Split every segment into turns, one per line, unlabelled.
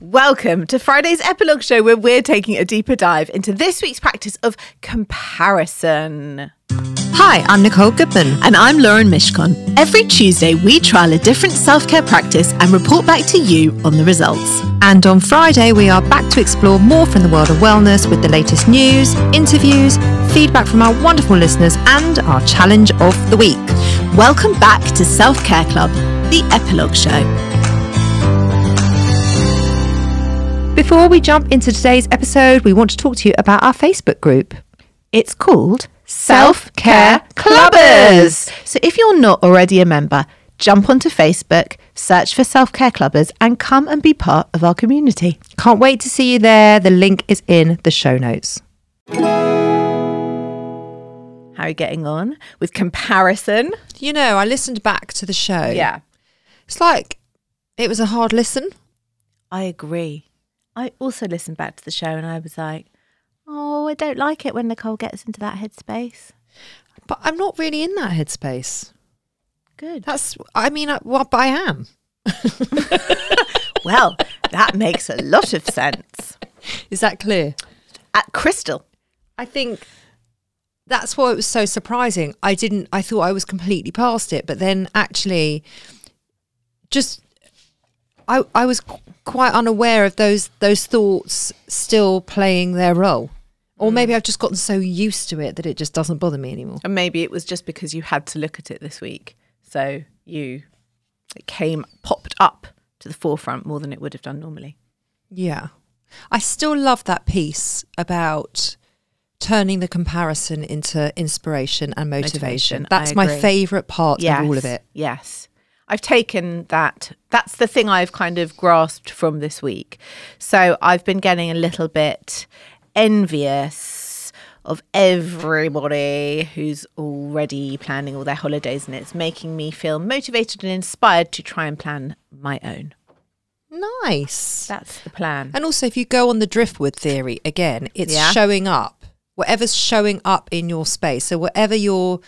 Welcome to Friday's epilogue show, where we're taking a deeper dive into this week's practice of comparison.
Hi, I'm Nicole Goodman.
And I'm Lauren Mishkon. Every Tuesday, we trial a different self care practice and report back to you on the results.
And on Friday, we are back to explore more from the world of wellness with the latest news, interviews, feedback from our wonderful listeners, and our challenge of the week.
Welcome back to Self Care Club, the epilogue show.
Before we jump into today's episode, we want to talk to you about our Facebook group. It's called
Self Care Clubbers. So if you're not already a member, jump onto Facebook, search for Self Care Clubbers, and come and be part of our community.
Can't wait to see you there. The link is in the show notes.
How are you getting on with comparison?
You know, I listened back to the show. It's like it was a hard listen.
I agree. I also listened back to the show and I was like, oh, I don't like it when Nicole gets into that headspace.
But I'm not really in that headspace.
Good.
That's, I mean, I, well, but I am.
Well, that makes a lot of sense.
Is that clear?
At Crystal.
I think that's why it was so surprising. I didn't, I thought I was completely past it, but then actually, just, I, I was qu- quite unaware of those those thoughts still playing their role. Or maybe I've just gotten so used to it that it just doesn't bother me anymore.
And maybe it was just because you had to look at it this week. So you, it came, popped up to the forefront more than it would have done normally.
Yeah. I still love that piece about turning the comparison into inspiration and motivation.
Motivation, I
That's my
agree.
favourite part of all of it.
Yes. I've taken that. That's the thing I've kind of grasped from this week. So I've been getting a little bit envious of everybody who's already planning all their holidays, and it's making me feel motivated and inspired to try and plan my own.
Nice.
That's the plan.
And also, if you go on the driftwood theory again, it's
Yeah.
showing up, whatever's showing up in your space. So, whatever you're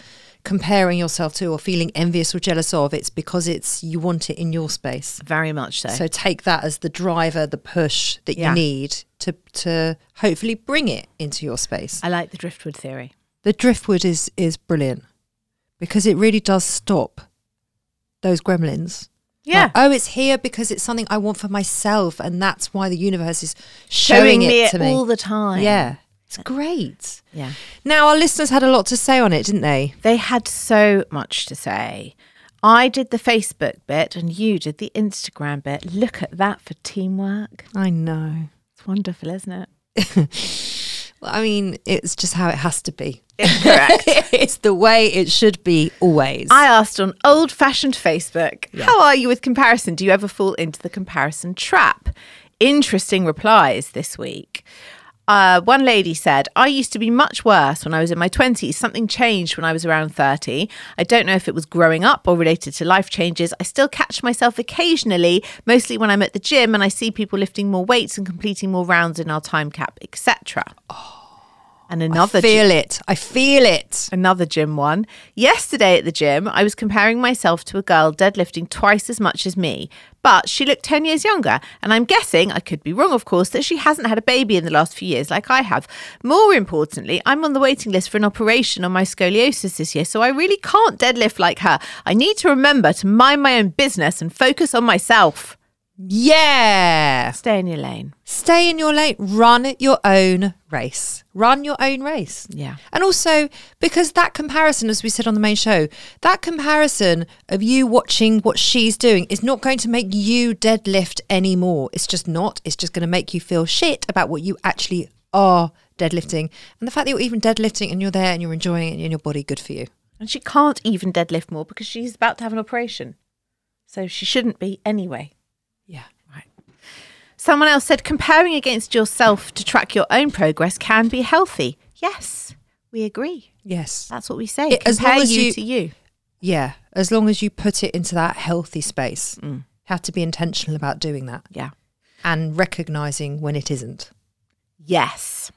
comparing yourself to or feeling envious or jealous of, it's because it's you want it in your space.
Very much so.
So, take that as the driver, the push that
Yeah.
you need to to hopefully bring it into your space.
I like the driftwood theory.
The driftwood is is brilliant because it really does stop those gremlins. Like, oh, it's here because it's something I want for myself, and that's why the universe is showing,
showing me
it
it
to me
all the time.
Yeah. It's great.
Yeah.
Now, our listeners had a lot to say on it, didn't they?
They had so much to say. I did the Facebook bit and you did the Instagram bit. Look at that for teamwork.
I know.
It's wonderful, isn't it?
Well, I mean, it's just how it has to be.
Correct.
it's the way it should be always.
I asked on old fashioned Facebook, how are you with comparison? Do you ever fall into the comparison trap? Interesting replies this week. Uh, one lady said, I used to be much worse when I was in my 20s. Something changed when I was around 30. I don't know if it was growing up or related to life changes. I still catch myself occasionally, mostly when I'm at the gym and I see people lifting more weights and completing more rounds in our time cap, etc. and another
Oh, I feel it. I feel it.
Another gym one. Yesterday at the gym, I was comparing myself to a girl deadlifting twice as much as me, but she looked 10 years younger. And I'm guessing, I could be wrong, of course, that she hasn't had a baby in the last few years like I have. More importantly, I'm on the waiting list for an operation on my scoliosis this year, so I really can't deadlift like her. I need to remember to mind my own business and focus on myself.
Yeah.
Stay in your lane.
Stay in your lane. Run your own race. Run your own race.
Yeah.
And also, because that comparison, as we said on the main show, that comparison of you watching what she's doing is not going to make you deadlift anymore. It's just not. It's just going to make you feel shit about what you actually are deadlifting. And the fact that you're even deadlifting and you're there and you're enjoying it and your body, good for you.
And she can't even deadlift more because she's about to have an operation. So she shouldn't be anyway.
Yeah.
Right. Someone else said comparing against yourself to track your own progress can be healthy. Yes, we agree.
Yes.
That's what we say.
It- as
Compare
long as
you,
you-
to you.
Yeah. As long as you put it into that healthy space, have to be intentional about doing that
Mm, Yeah.
and recognizing when it isn't.
Yes.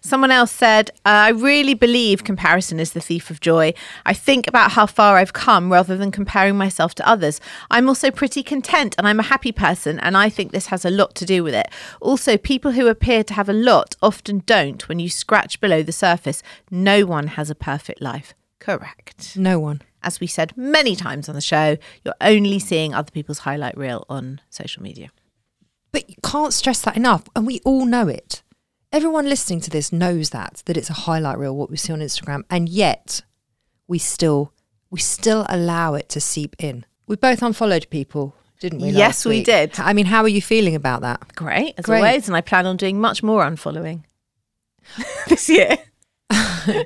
Someone else said, "Uh, I really believe comparison is the thief of joy. I think about how far I've come rather than comparing myself to others. I'm also pretty content and I'm a happy person, and I think this has a lot to do with it. Also, people who appear to have a lot often don't when you scratch below the surface. No one has a perfect life. Correct.
No one.
As we said many times on the show, you're only seeing other people's highlight reel on social media.
But you can't stress that enough. And we all know it. Everyone listening to this knows that, that it's a highlight reel, what we see on Instagram. And yet we still we still allow it to seep in. We both unfollowed people, didn't we?
Yes,
last
we
week?
did.
I mean, how are you feeling about that?
Great, as
Great.
always. And I plan on doing much more unfollowing this year. I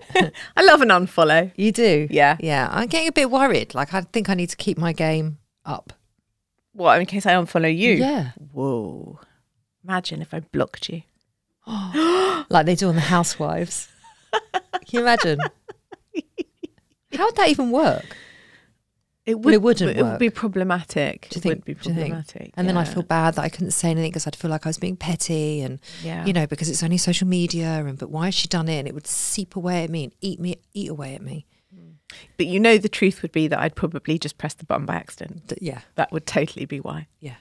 love an unfollow.
You do?
Yeah.
Yeah. I'm getting a bit worried. Like I think I need to keep my game up.
What, in case I unfollow you?
Yeah.
Whoa. Imagine if I blocked you.
Like they do on the housewives. Can you imagine? How would that even work?
It,
it wouldn't
It would be
work.
problematic.
Do you
it
think?
would be
do you think?
problematic.
And then I
yeah.
feel bad that I couldn't say anything because I'd feel like I was being petty and
Yeah.
you know, because it's only social media and but why has she done it? And it would seep away at me and eat me eat away at me.
But you know, the truth would be that I'd probably just press the button by accident.
D- yeah.
That would totally be why.
Yeah.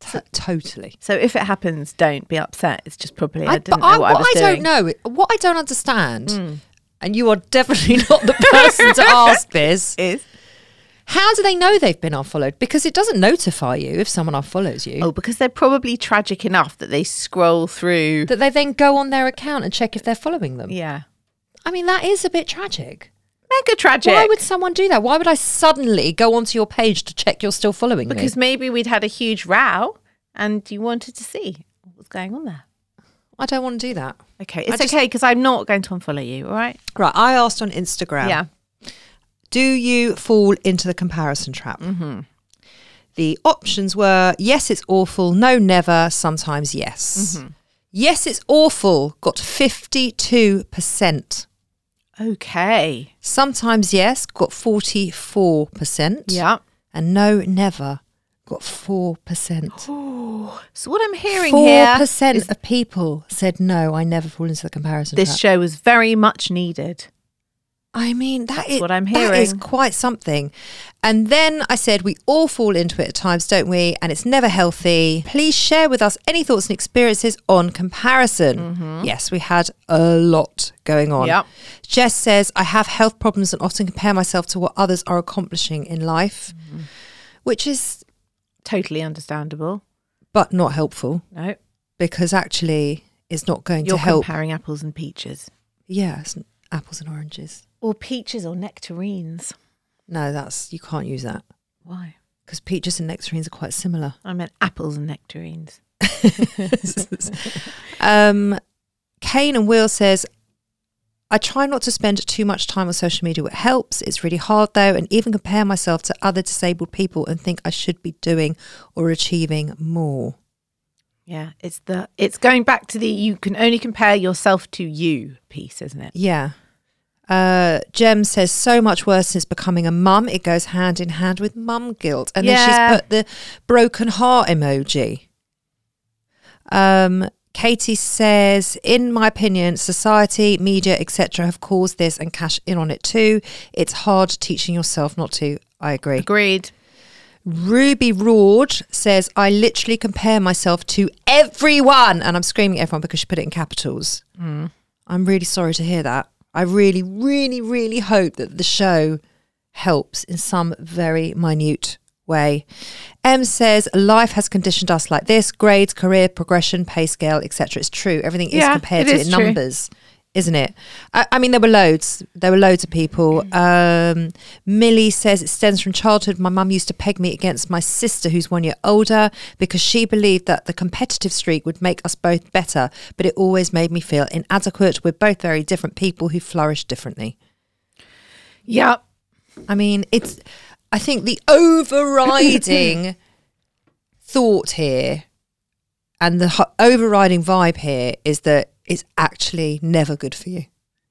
T- totally.
So if it happens, don't be upset. It's just probably I,
I-
didn't
but
know
I,
what, I was Hmm. doing. Mm.
don't know, what I don't understand, and you are definitely not the person to ask this.
Is
How do they know they've been unfollowed? Because it doesn't notify you if someone unfollows you.
oh, because they're probably tragic enough that they scroll through.
That they then go on their account and check if they're following them.
Oh. yeah,
I mean, that is a bit tragic.
mega tragic.
Why would someone do that? Why would I suddenly go onto your page to check you're still following
Because
me?
maybe we'd had a huge row and you wanted to see what was going on there.
I don't want to do that.
Okay,
I
it's
just-
okay because I'm not going to unfollow you, all right?
Right. I asked on Instagram.
Yeah.
Do you fall into the comparison trap? The options were yes, it's awful, no, never, sometimes yes. Yes, it's awful, got 52%.
Okay.
Sometimes yes, got 44%.
Yeah.
And no, never, got 4%.
So what I'm hearing here,
4% of people said no, I never fall into the comparison
this
trap.
show was very much needed.
I mean, that
That's
is-
what I'm
That is
hearing.
quite something. And then I said, we all fall into it at times, don't we? And it's never healthy. Please share with us any thoughts and experiences on comparison. Yes, we had a lot going on.
Yep.
Jess says, I have health problems and often compare myself to what others are accomplishing in life, which is
Totally understandable.
but not helpful
No,
because actually it's not going
you're
to help.
comparing apples and peaches,
yeah, it's apples and oranges.
or peaches or nectarines.
No, that's you can't use that
Why?
because peaches and nectarines are quite similar.
I meant apples and nectarines.
Um, Kane and Will says, I try not to spend too much time on social media. It helps. It's really hard though, and even compare myself to other disabled people and think I should be doing or achieving more.
Yeah, it's the it's going back to the you can only compare yourself to you piece, isn't it?
Yeah. Uh, Jem says so much worse since becoming a mum. It goes hand in hand with mum guilt, and
Yeah.
then she's put the broken heart emoji. Um, Katie says, in my opinion, society, media, etc., have caused this and cash in on it too. It's hard teaching yourself not to. I agree.
Agreed.
Ruby Roard says, I literally compare myself to everyone. And I'm screaming at everyone because she put it in capitals.
Hmm.
I'm really sorry to hear that. I really, really, really hope that the show helps in some very minute way. M says, life has conditioned us like this grades, career, progression, pay scale, etc. It's true. Everything
Yeah,
is compared
it
to
is
in
true.
numbers. Isn't it? I, I mean, there were loads. There were loads of people. Um, Millie says it stems from childhood. My mum used to peg me against my sister, who's one year older, because she believed that the competitive streak would make us both better, but it always made me feel inadequate. We're both very different people who flourish differently.
Yep.
I mean, it's, I think the overriding thought here and the ho- overriding vibe here is that it's actually never good for you.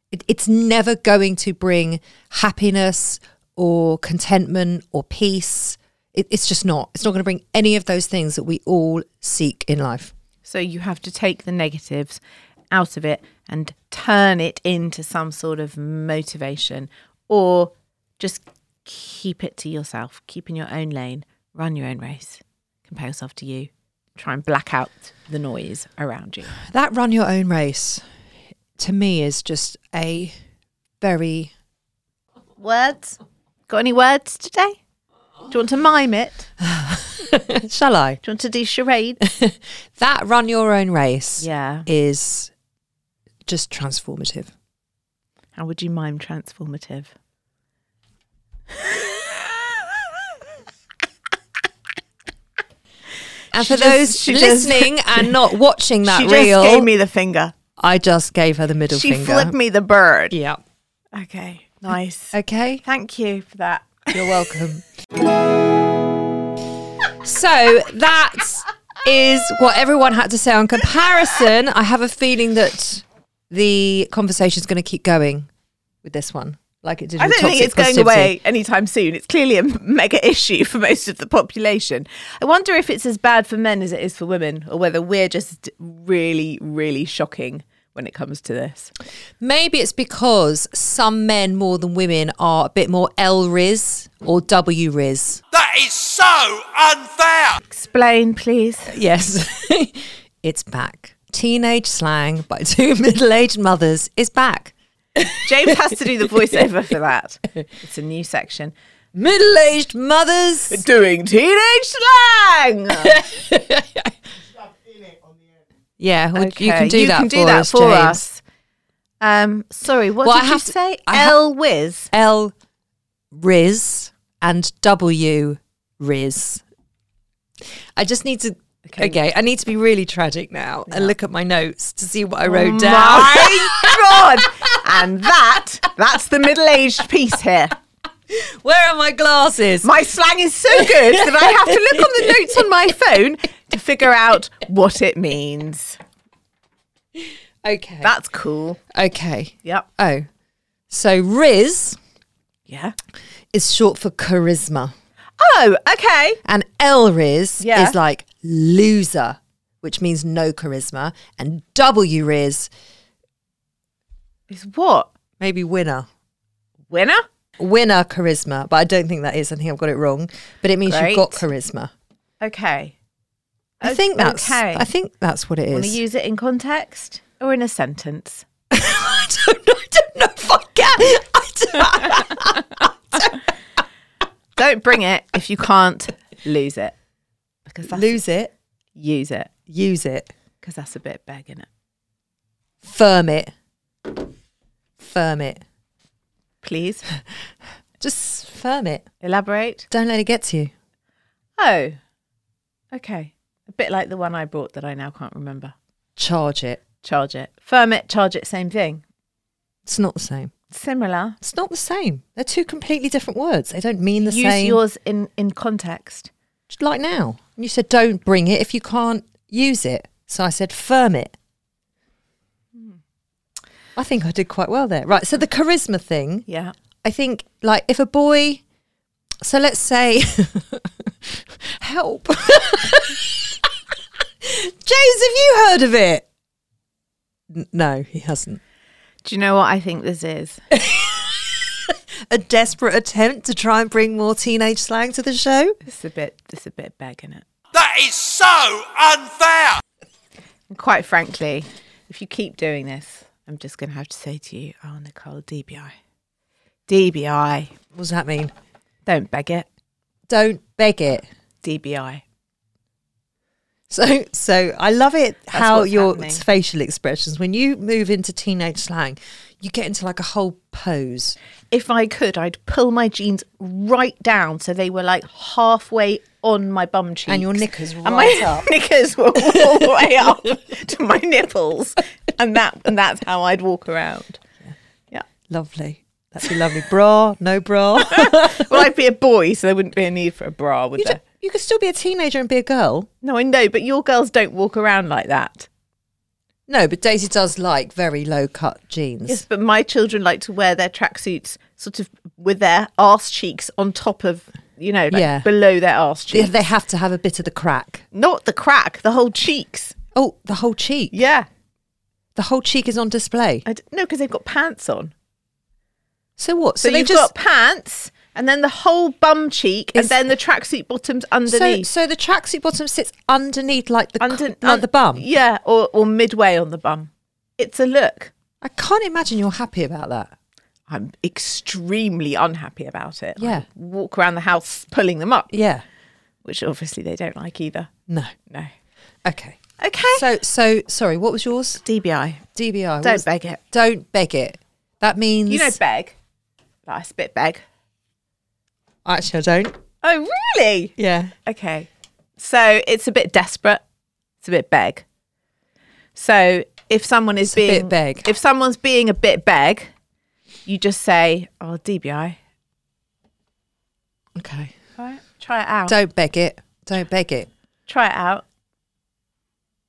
It, it's never going to bring happiness or contentment or peace. It, it's just not. It's not going to bring any of those things that we all seek in life.
So you have to take the negatives out of it and turn it into some sort of motivation or just keep it to yourself, keep in your own lane, run your own race, compare yourself to you, try and black out the noise around you.
That run your own race to me is just a very
Words? Got any words today? Do you want to mime it?
shall I?
Do you want to do charade?
That run your own race
yeah.
is just transformative.
How would you mime transformative?
And
She
for
just-
those
she just-
listening and not watching that
she
reel,
just gave me the finger.
I just gave her the middle
she
finger.
flipped me the bird.
Yeah.
Okay, nice.
Okay.
Thank you for that.
You're welcome. so that is what everyone had to say on comparison. I have a feeling that the conversation is going to keep going with this one, like it did.
I
with
don't think
toxic
it's going
positivity.
away anytime soon. It's clearly a mega issue for most of the population. I wonder if it's as bad for men as it is for women, or whether we're just really, really shocking when it comes to this.
Maybe it's because some men more than women are a bit more L Riz or W Riz.
That is so unfair!
Explain, please.
Yes, it's back. Teenage slang by two middle aged mothers is back.
James has to do the voiceover for that. It's a new section.
Middle aged mothers.
Doing teenage slang.
Yeah, well, you
Okay,
can do that. for us, James.
Um, sorry, what
Well, I
did you
have to-
say?
I ha-
L whiz.
L Riz and W Riz. I just need to. Okay. I need to be really tragic now and look at my notes to see what I wrote down.
My God! And that—that's the middle-aged piece here.
Where are my glasses?
My slang is so good that I have to look on the notes on my phone to figure out what it means.
okay.
That's cool.
okay.
Yep.
Oh, so Riz
Yeah.
is short for charisma,
Oh, okay.
and L Riz
Yeah.
is like loser, which means no charisma, and W Riz
It's what?
maybe winner.
Winner?
winner charisma, but I don't think that is. I think I've got it wrong. But it means
Great.
you've got charisma.
Okay.
I
O-
think that's.
okay.
I think that's what it
Want to
is.
use it in context or in a sentence?
I don't know. I don't know if I can. I don't-
Don't bring it if you can't lose it. Because that's
Lose it.
use it.
Use it.
Because that's a bit begging it.
Firm it. Firm it.
Please
Just firm it.
elaborate.
Don't let it get to you.
Oh. Okay. A bit like the one I brought that I now can't remember.
Charge it.
Charge it. Firm it, charge it, same thing.
It's not the same.
Similar.
It's not the same. They're two completely different words. They don't mean the
Use
same.
yours in, in context.
Just like now. You said don't bring it if you can't use it. So I said firm it. I think I did quite well there. Right. So the charisma thing,
Yeah.
I think, like, if a boy, so let's say, help. James, have you heard of it? N- no, he hasn't.
Do you know what I think this is?
A desperate attempt to try and bring more teenage slang to the show.
This is a bit this is a bit begging it.
That is so unfair!
And quite frankly, if you keep doing this, I'm just gonna have to say to you, oh Nicole, DBI. DBI.
What does that mean?
Don't beg it.
Don't beg it.
DBI.
So, so I love it how
what's
your
happening.
facial expressions. When you move into teenage slang, you get into like a whole pose.
If I could, I'd pull my jeans right down so they were like halfway on my bum cheeks.
And your knickers
and
right
my
up.
knickers were all the way up to my nipples. And that and that's how I'd walk around. Yeah.
Lovely. That'd be lovely. Bra, no bra.
Well, I'd be a boy, so there wouldn't be a need for a bra, would
You
there?
don't- You could still be a teenager and be a girl.
No, I know, but your girls don't walk around like that.
No, but Daisy does like very low cut jeans.
Yes, but my children like to wear their tracksuits sort of with their arse cheeks on top of, you know, like
Yeah.
below their arse
They,
cheeks.
they have to have a bit of the crack.
Not the crack, the whole cheeks.
Oh, the whole cheek.
Yeah.
The whole cheek is on display.
I d- no, because they've got pants on.
So what?
So,
they
you've got pants and then the whole bum cheek and
Is-
then the tracksuit bottoms
so,
underneath.
so the tracksuit bottom sits underneath like the
Under-
like the bum.
Yeah, or, or midway on the bum. It's a look.
I can't imagine you're happy about that.
I'm extremely unhappy about it. I
Yeah.
walk around the house pulling them up,
Yeah.
which obviously they don't like either.
No.
No.
Okay.
Okay.
So so sorry. What was yours?
DBI.
DBI. What
Don't
was-
beg it.
Don't beg it. That means
You know beg. Like I spit beg.
Actually, I don't.
Oh really?
Yeah.
Okay. So it's a bit desperate. It's a bit beg. So if someone is
It's a
being
bit beg.
if someone's being a bit beg, you just say, "Oh, DBI,
Okay.
right? Try it out.
Don't beg it. Don't beg it.
Try it out."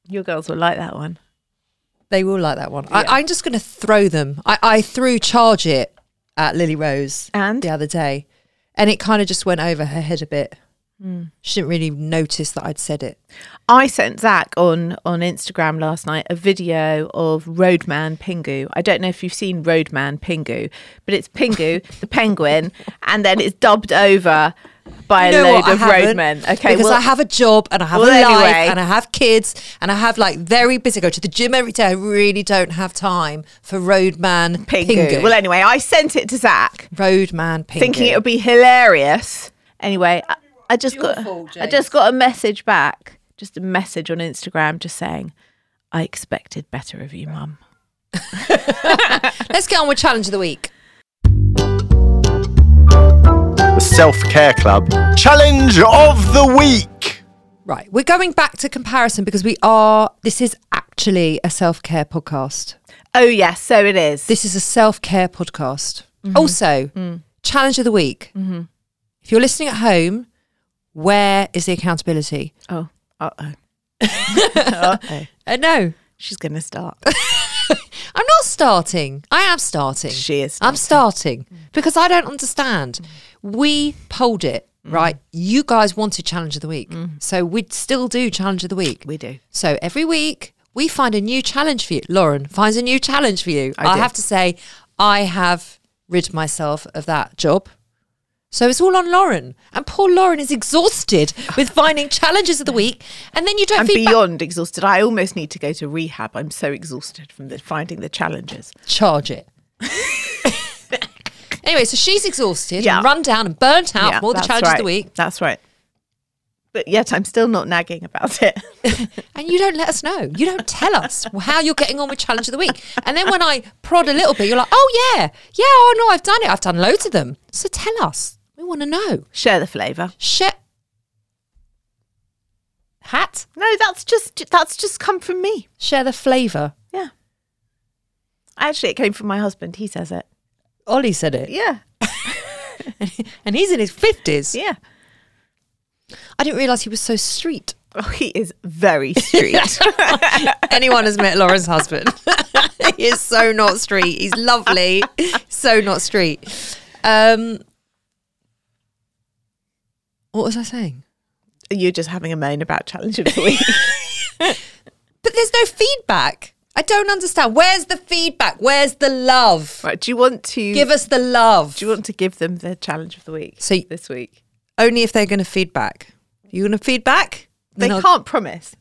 Your girls will like that one.
They will like that one. I, I'm just going to throw them. I, I threw charge it at Lily Rose
And?
the other day, and it kind of just went over her head a bit.
Hmm.
She didn't really notice that I'd said it.
I sent Zach on on Instagram last night a video of Roadman Pingu. I don't know if you've seen Roadman Pingu, but it's Pingu the penguin, and then it's dubbed over by
You
a
know
load
what? I
of
haven't,
roadmen. Okay,
because
well,
I have a job and I have
Well,
a life
anyway.
and I have kids and I have like very busy. I go to the gym every day. I really don't have time for Roadman
Pingu.
Pingu.
Well, anyway, I sent it to Zach,
Roadman Pingu.
thinking it would be hilarious. Anyway, I, I just got
fault,
I just got a message back, just a message on Instagram, just saying, "I expected better of you, Mum."
Let's get on with challenge of the week.
The Self Care Club Challenge of the Week.
Right, we're going back to comparison because we are. This is actually a self care podcast.
Oh yes, so it is.
This is a self care podcast.
Mm-hmm.
Also,
Mm.
challenge of the week. If you're listening at home, where is the accountability?
oh, uh oh.
Uh, no,
She's going to start.
I'm not starting. I am starting.
She is Mm.
I'm starting because I don't understand. We polled it,
Mm.
right? You guys wanted challenge of the week. So we'd still do challenge of the week.
we do.
So every week we find a new challenge for you. Lauren finds a new challenge for you. I,
do.
have to say, I have rid myself of that job. So it's all on Lauren. And poor Lauren is exhausted with finding challenges of the week. And then you don't
I'm
feed back-
beyond exhausted. I almost need to go to rehab. I'm so exhausted from the, finding the challenges.
charge it. anyway, so she's exhausted
Yeah.
and run down and burnt out from all the
that's
challenges of
right.
the week.
That's right. But yet I'm still not nagging about it.
And you don't let us know. You don't tell us how you're getting on with challenge of the week. And then when I prod a little bit, you're like, oh yeah, yeah, oh no, I've done it. I've done loads of them. So tell us. We want to know.
Share the flavour.
Shit. Hat.
No, that's just that's just come from me.
Share the flavour.
Yeah. Actually, it came from my husband. He says it.
Ollie said it,
Yeah.
and he's in his fifties.
Yeah.
I didn't realise he was so street.
Oh, he is very street.
Anyone has met Lauren's husband. he is so not street. He's lovely. So not street. Um, what was I saying?
You're just having a moan about challenge of the week.
But there's no feedback. I don't understand. Where's the feedback? Where's the love?
right? Do you want to
Give us the love.
Do you want to give them the challenge of the week?
So-
this week
Only if they're going to feedback. You going to feedback?
they
No.
can't promise.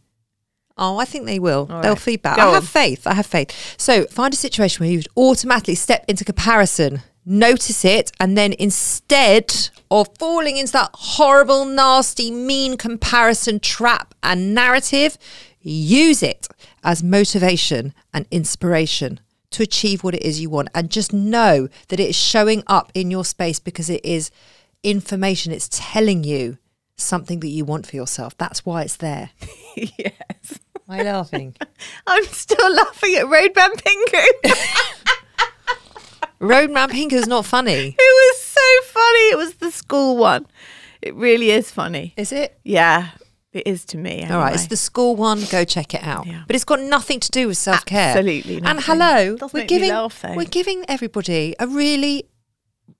Oh, I think they will.
All
They'll
right.
feedback.
Go
I have
on.
faith. I have faith. So find a situation where you would automatically step into comparison, notice it, and then instead of falling into that horrible, nasty, mean comparison trap and narrative, use it as motivation and inspiration to achieve what it is you want. And just know that it is showing up in your space because it is information. It's telling you something that you want for yourself. That's why it's there.
yes.
Am I laughing?
I'm still laughing at Roadman Pingu. it
Roadman Pink is not funny.
was so funny. It was the school one. It really is funny.
Is it?
yeah, it is to me.
All right, it's
anyway.
the school one. Go check it out.
Yeah.
But it's got nothing to do with self care.
Absolutely
And
nothing.
hello,
Does
we're
make me
giving
laugh, though.
we're giving everybody a really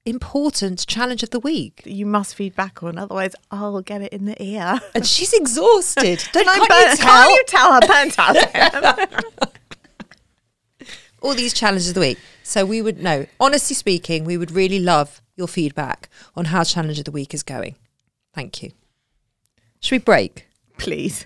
important challenge of the week.
that you must feed back on, otherwise I'll get it in the ear.
And she's exhausted. Don't
Can I
can't you
burnt-
tell?
can't you tell her burnt out?
all these challenges of the week. So we would know, honestly speaking, we would really love your feedback on how challenge of the week is going. Thank you. Should we break?
Please.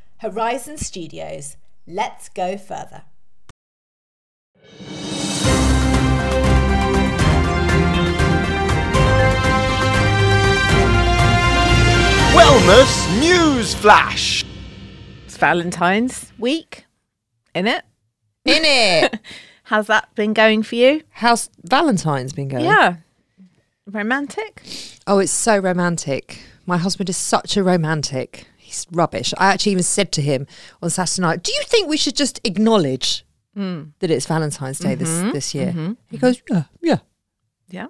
Horizon Studios, let's go further.
Wellness News Flash.
it's Valentine's week, in it.
In it!
How's that been going for you?
How's Valentine's been going?
Yeah. Romantic?
Oh, it's so romantic. My husband is such a romantic. He's rubbish. I actually even said to him on Saturday night, "Do you think we should just acknowledge that it's Valentine's Day this this year?" He goes, "Yeah, yeah."
Yeah.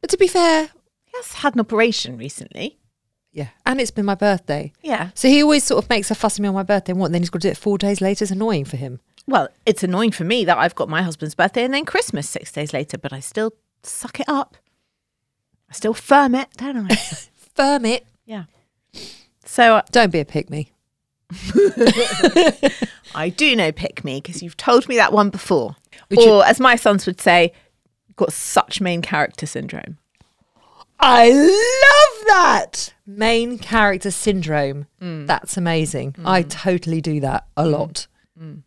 But to be fair,
He has had an operation recently.
yeah, and it's been my birthday.
Yeah.
So he always sort of makes a fuss of me on my birthday. And what? Then he's got to do it four days later. It's annoying for him.
Well, it's annoying for me that I've got my husband's birthday and then Christmas six days later, but I still suck it up. I still firm it, don't I?
Firm it.
yeah. So uh,
Don't be a pick me.
I do know pick me because you've told me that one before.
Would
or,
you-
as my sons would say, got such main character syndrome.
I love that main character syndrome.
Mm.
That's amazing. I totally do that a lot.
Mm.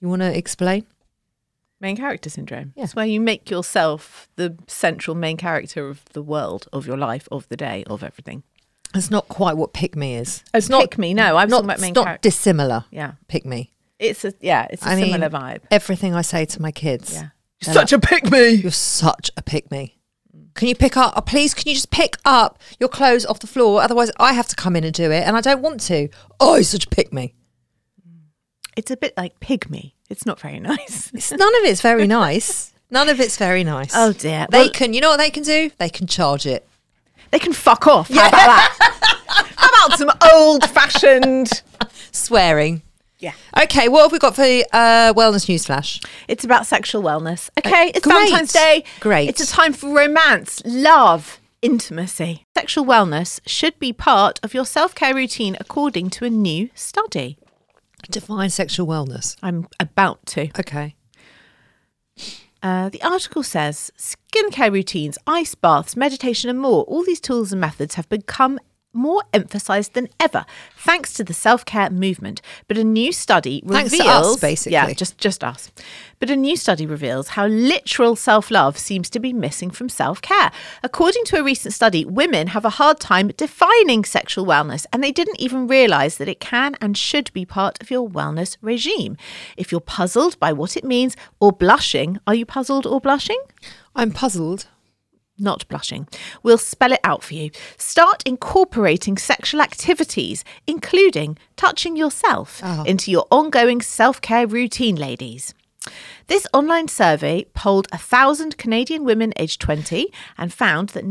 You want to explain?
Main character syndrome.
Yeah.
It's where you make yourself the central main character of the world, of your life, of the day, of everything.
It's not quite what pick me is.
Oh, pick me. No, I'm
not,
talking about main
it's not
character.
dissimilar.
yeah,
Pick me.
it's a yeah, it's a
I mean,
similar vibe.
Everything I say to my kids.
Yeah,
They're Such
a pick me.
You're such a pick me.
Mm.
Can you pick up? Oh, please, can you just pick up your clothes off the floor? Otherwise, I have to come in and do it, and I don't want to. Oh, you're such a pick me.
It's a bit like pig me. It's not very nice.
It's, none of it's very nice. None of it's very nice.
Oh, dear.
They
Well-
can. You know what they can do? They can charge it.
They can fuck off. How about that? How about some old fashioned?
Swearing.
Yeah.
Okay. What have we got for uh, wellness news flash?
It's about sexual wellness. Okay, it's
great.
Valentine's Day.
Great.
It's a time for romance, love, intimacy. Sexual wellness should be part of your self care routine, according to a new study.
Define sexual wellness.
I'm about to.
Okay.
Uh, the article says skincare routines, ice baths, meditation, and more. All these tools and methods have become more emphasized than ever, thanks to the self care movement. But a new study reveals
Thanks to us, basically.
Yeah, just just us. But a new study reveals how literal self love seems to be missing from self care. According to a recent study, women have a hard time defining sexual wellness, and they didn't even realize that it can and should be part of your wellness regime. If you're puzzled by what it means or blushing, are you puzzled or blushing?
I'm puzzled.
not blushing. We'll spell it out for you. Start incorporating sexual activities, including touching yourself,
Oh.
into your ongoing self care routine, ladies. This online survey polled 1,000 Canadian women aged 20 and found that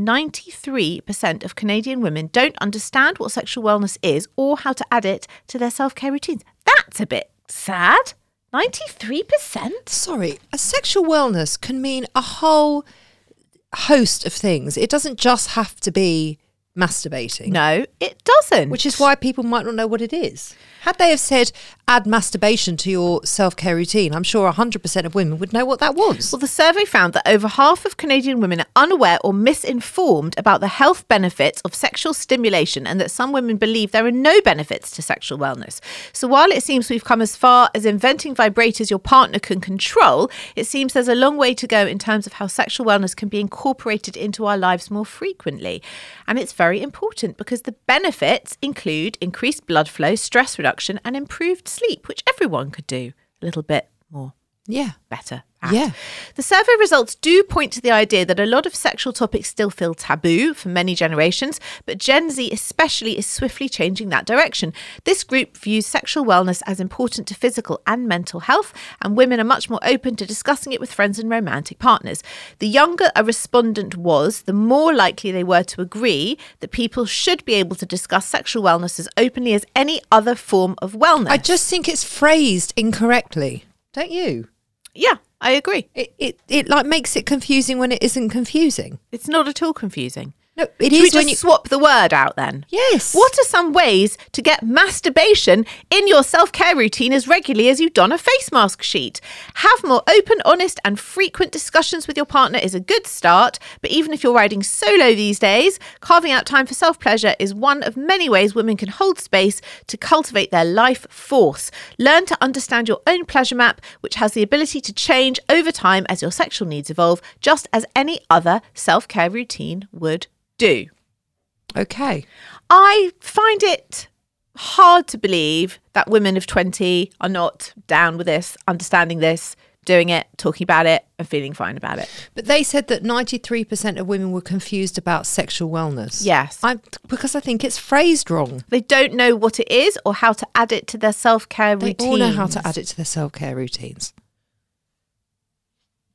93% of Canadian women don't understand what sexual wellness is or how to add it to their self care routines. That's a bit sad. 93%?
Sorry, a sexual wellness can mean a whole host of things. It doesn't just have to be masturbating.
No, it doesn't.
Which is why people might not know what it is. Had they have said add masturbation to your self-care routine, I'm sure 100% of women would know what that was.
Well, the survey found that over half of Canadian women are unaware or misinformed about the health benefits of sexual stimulation, and that some women believe there are no benefits to sexual wellness. So, while it seems we've come as far as inventing vibrators your partner can control, it seems there's a long way to go in terms of how sexual wellness can be incorporated into our lives more frequently. And it's very important because the benefits include increased blood flow, stress reduction, and improved sleep, which everyone could do a little bit more
yeah.
better at.
Yeah.
The survey results do point to the idea that a lot of sexual topics still feel taboo for many generations, but Gen Z especially is swiftly changing that direction. This group views sexual wellness as important to physical and mental health, and women are much more open to discussing it with friends and romantic partners. The younger a respondent was, the more likely they were to agree that people should be able to discuss sexual wellness as openly as any other form of wellness.
I just think it's phrased incorrectly. Don't you?
yeah, I agree.
It, it it like makes it confusing when it isn't confusing.
It's not at all confusing.
No, it
Should
is
we just
when you
swap the word out then?
Yes.
What are some ways to get masturbation in your self care routine as regularly as you don a face mask sheet? Have more open, honest, and frequent discussions with your partner is a good start, but even if you're riding solo these days, carving out time for self pleasure is one of many ways women can hold space to cultivate their life force. Learn to understand your own pleasure map, which has the ability to change over time as your sexual needs evolve, just as any other self care routine would do.
Okay.
I find it hard to believe that women of 20 are not down with this, understanding this, doing it, talking about it, and feeling fine about it.
But they said that 93% of women were confused about sexual wellness.
Yes.
I because I think it's phrased wrong.
They don't know what it is or how to add it to their self care
They
routine.
all know how to add it to their self-care routines.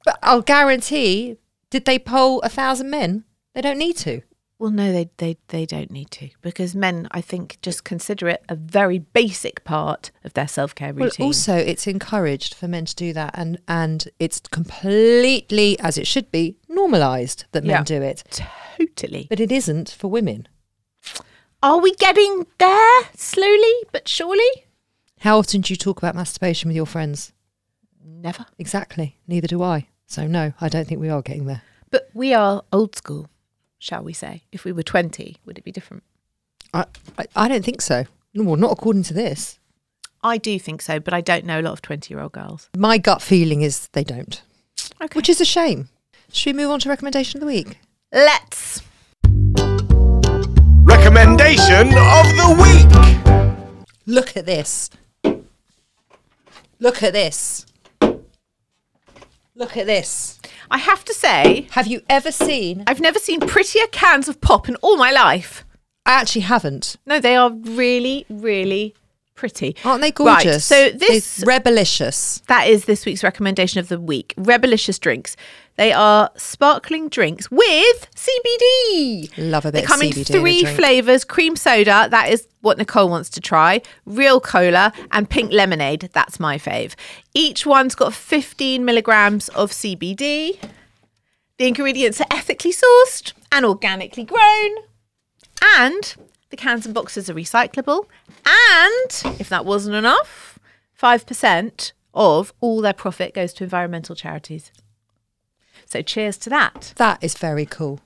But I'll guarantee did they poll a thousand men? They don't need to.
Well, no, they, they, they don't need to because men, I think, just consider it a very basic part of their self care
Well,
routine.
also, it's encouraged for men to do that, and and it's completely as it should be normalised that men
Yeah.
do it,
totally.
but it isn't for women.
Are we getting there slowly but surely?
How often do you talk about masturbation with your friends?
Never.
Exactly. Neither do I. So no, I don't think we are getting there.
But we are old school, shall we say? If we were 20, would it be different?
I I, I don't think so. Well, not according to this.
I do think so, but I don't know a lot of 20 year old girls.
My gut feeling is they don't,
Okay.
which is a shame. Should we move on to recommendation of the week?
Let's.
Recommendation of the week.
Look at this. Look at this. Look at this.
I have to say,
Have you ever seen?
I've never seen prettier cans of pop in all my life.
I actually haven't.
No, they are really, really pretty.
Aren't they
Right,
gorgeous?
so this.
They're rebellious.
that is this week's recommendation of the week. Rebelicious drinks. They are sparkling drinks with CBD.
Love a
They
bit.
come
of
in
CBD
three
in a drink.
flavors cream soda, that is what Nicole wants to try, real cola, and pink lemonade, that's my fave. Each one's got 15 milligrams of CBD. The ingredients are ethically sourced and organically grown. And the cans and boxes are recyclable. And if that wasn't enough, 5% of all their profit goes to environmental charities. So cheers to that.
That is very cool.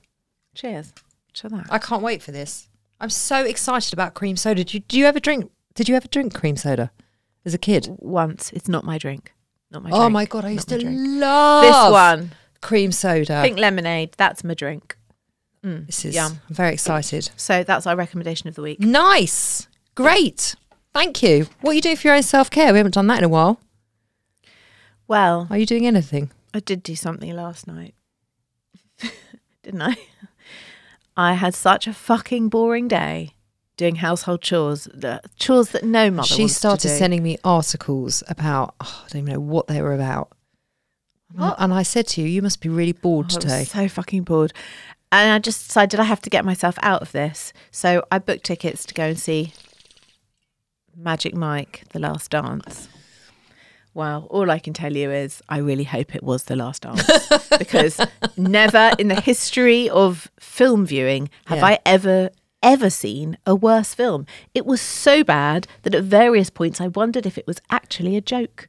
Cheers to that.
I can't wait for this. I'm so excited about cream soda. Do you, do you ever drink? Did you ever drink cream soda as a kid?
Once it's not my drink, not Oh, my.
oh
drink,
my god, I
not
used
my
to
drink.
love
this one.
cream soda.
Pink lemonade. That's my drink. Mm,
this is
yum.
I'm very excited.
So that's our recommendation of the week.
Nice, great. Thank you. What are you doing for your own self care? We haven't done that in a while.
Well,
Are you doing anything?
I did do something last night, didn't I? I had such a fucking boring day doing household chores, the chores that no mother.
she
wants to
started
do.
sending me articles about. oh, I don't even know what they were about. And I- And I said to you, you must be really bored
Oh, I was
today.
so fucking bored. And I just decided I have to get myself out of this. So I booked tickets to go and see Magic Mike, The Last Dance. Well, all I can tell you is I really hope it was The Last Dance because never in the history of film viewing have
Yeah.
I ever, ever seen a worse film. It was so bad that at various points I wondered if it was actually a joke.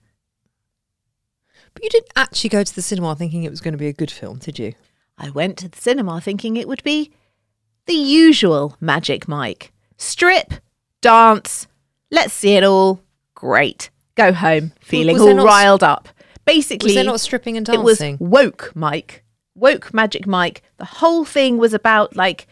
But you didn't actually go to the cinema thinking it was going to be a good film, did you?
I went to the cinema thinking it would be the usual Magic Mike strip, dance, let's see it all. Great. Go home feeling
was there
all
not-
riled up. Basically,
Was there not stripping and dancing?
it was woke Mike, woke Magic Mike. The whole thing was about like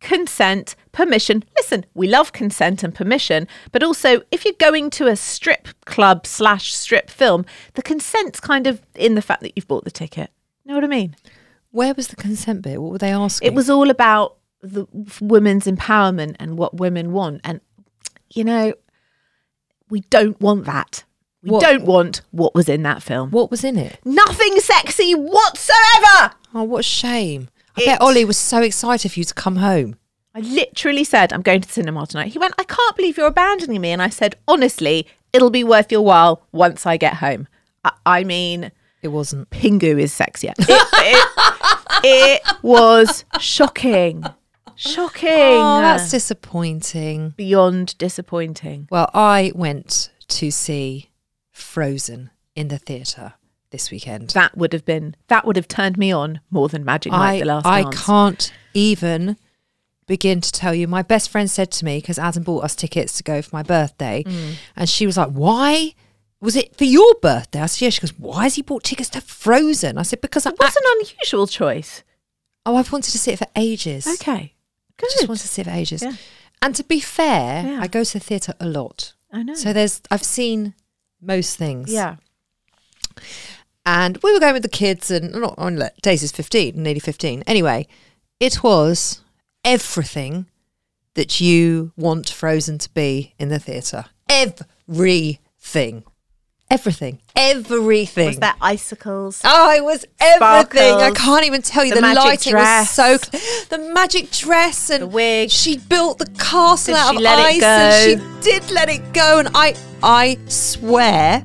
consent, permission. Listen, we love consent and permission, but also if you're going to a strip club slash strip film, the consent's kind of in the fact that you've bought the ticket. Know what I mean?
Where was the consent bit? What were they asking?
It was all about the women's empowerment and what women want. And, you know, we don't want that. We
What-
don't want what was in that film.
What was in it?
Nothing sexy whatsoever.
Oh, what a shame! I
It-
bet Ollie was so excited for you to come home.
I literally said, I'm going to the cinema tonight. He went, I can't believe you're abandoning me. And I said, honestly, it'll be worth your while once I get home. I, I mean,
It wasn't.
Pingu is sexier. It, it- it was shocking. Shocking.
Oh, that's disappointing.
beyond disappointing.
Well, I went to see Frozen in the theatre this weekend.
That would have been that would have turned me on more than Magic Mike
I,
the last
I
dance.
can't even begin to tell you. My best friend said to me, because Adam bought us tickets to go for my birthday,
Mm.
and she was like, Why? Was it for your birthday? I said, Yeah. She goes, Why has he bought tickets to Frozen? I said, Because I.
It was an unusual choice.
oh, I've wanted to see it for ages.
Okay.
I
Good.
just wanted to see it for ages.
Yeah.
And to be fair,
Yeah.
I go to the theatre a lot.
I know.
So there's, I've seen most things.
yeah.
And we were going with the kids, and not on le- Daisy's 15, nearly 15. Anyway, it was everything that you want Frozen to be in the theatre. Everything. Everything. Everything.
Was there icicles?
Oh, it was everything. I
Sparkles.
can't even tell you.
The
The,
magic
lighting
dress.
was so. Cl- the magic dress and
The wig.
She built the castle
Did
out
she
of
let it
ice,
go?
and she did let it go. And I, I swear,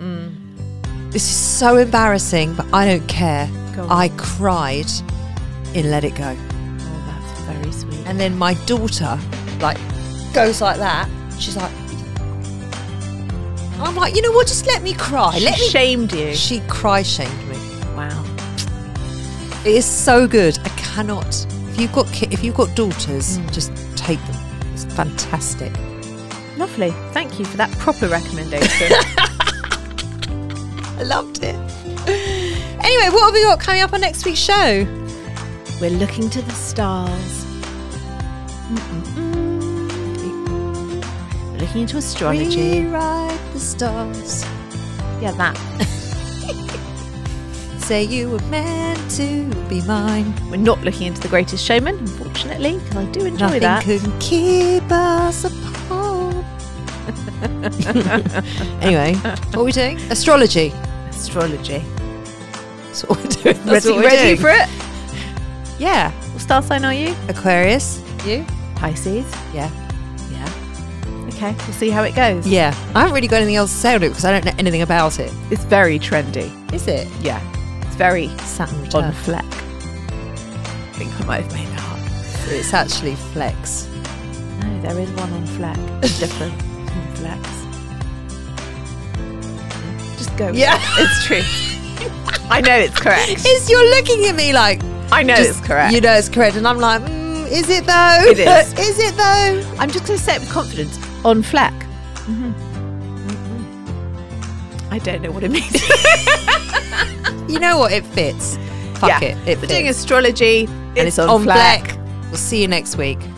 this is so embarrassing, but I don't care.
Mm. Go on.
I cried in Let It Go,
Oh, that's very sweet.
and then my daughter, like, goes like that. She's like. I'm like, you know what? Just let me cry.
She
let me.
shamed you.
She cry shamed me.
Wow.
It is so good. I cannot. If you've got ki- if you've got daughters,
Mm.
just take them. It's fantastic.
Lovely. Thank you for that proper recommendation.
I loved it. Anyway, what have we got coming up on next week's show?
We're looking to the stars. Mm-mm-mm. We're looking into astrology.
Rewrite the stars.
Yeah, that.
Say you were meant to be mine.
We're not looking into the greatest showman, unfortunately, because I do enjoy
Nothing
that.
can keep us apart. anyway, what are we doing? Astrology.
Astrology.
That's what we're doing. That's
Ready,
what we're
ready
doing.
for it?
Yeah.
What star sign are you?
Aquarius. You?
Pisces.
Yeah.
Yeah. Okay, we'll see how it goes.
Yeah, I haven't really got anything else to say on it because I don't know anything about it.
It's very trendy.
Is it
Yeah. It's very
Saturn
on
return?
fleck. I think I might have made that up.
It's actually flex.
No, there is one on fleck. It's different on flex. Just go. with
Yeah.
it. It's true. I know it's correct.
Is you're looking at me like
I know
just-
it's correct.
You know it's correct, and I'm like, mm, Is it though?
It is.
is it though?
I'm just going to say it with confidence on fleck. Mm-hmm. I don't know what it means.
You know what? It fits. Fuck it. It
We're
fits.
doing astrology,
and it's on, black. We'll see you next week.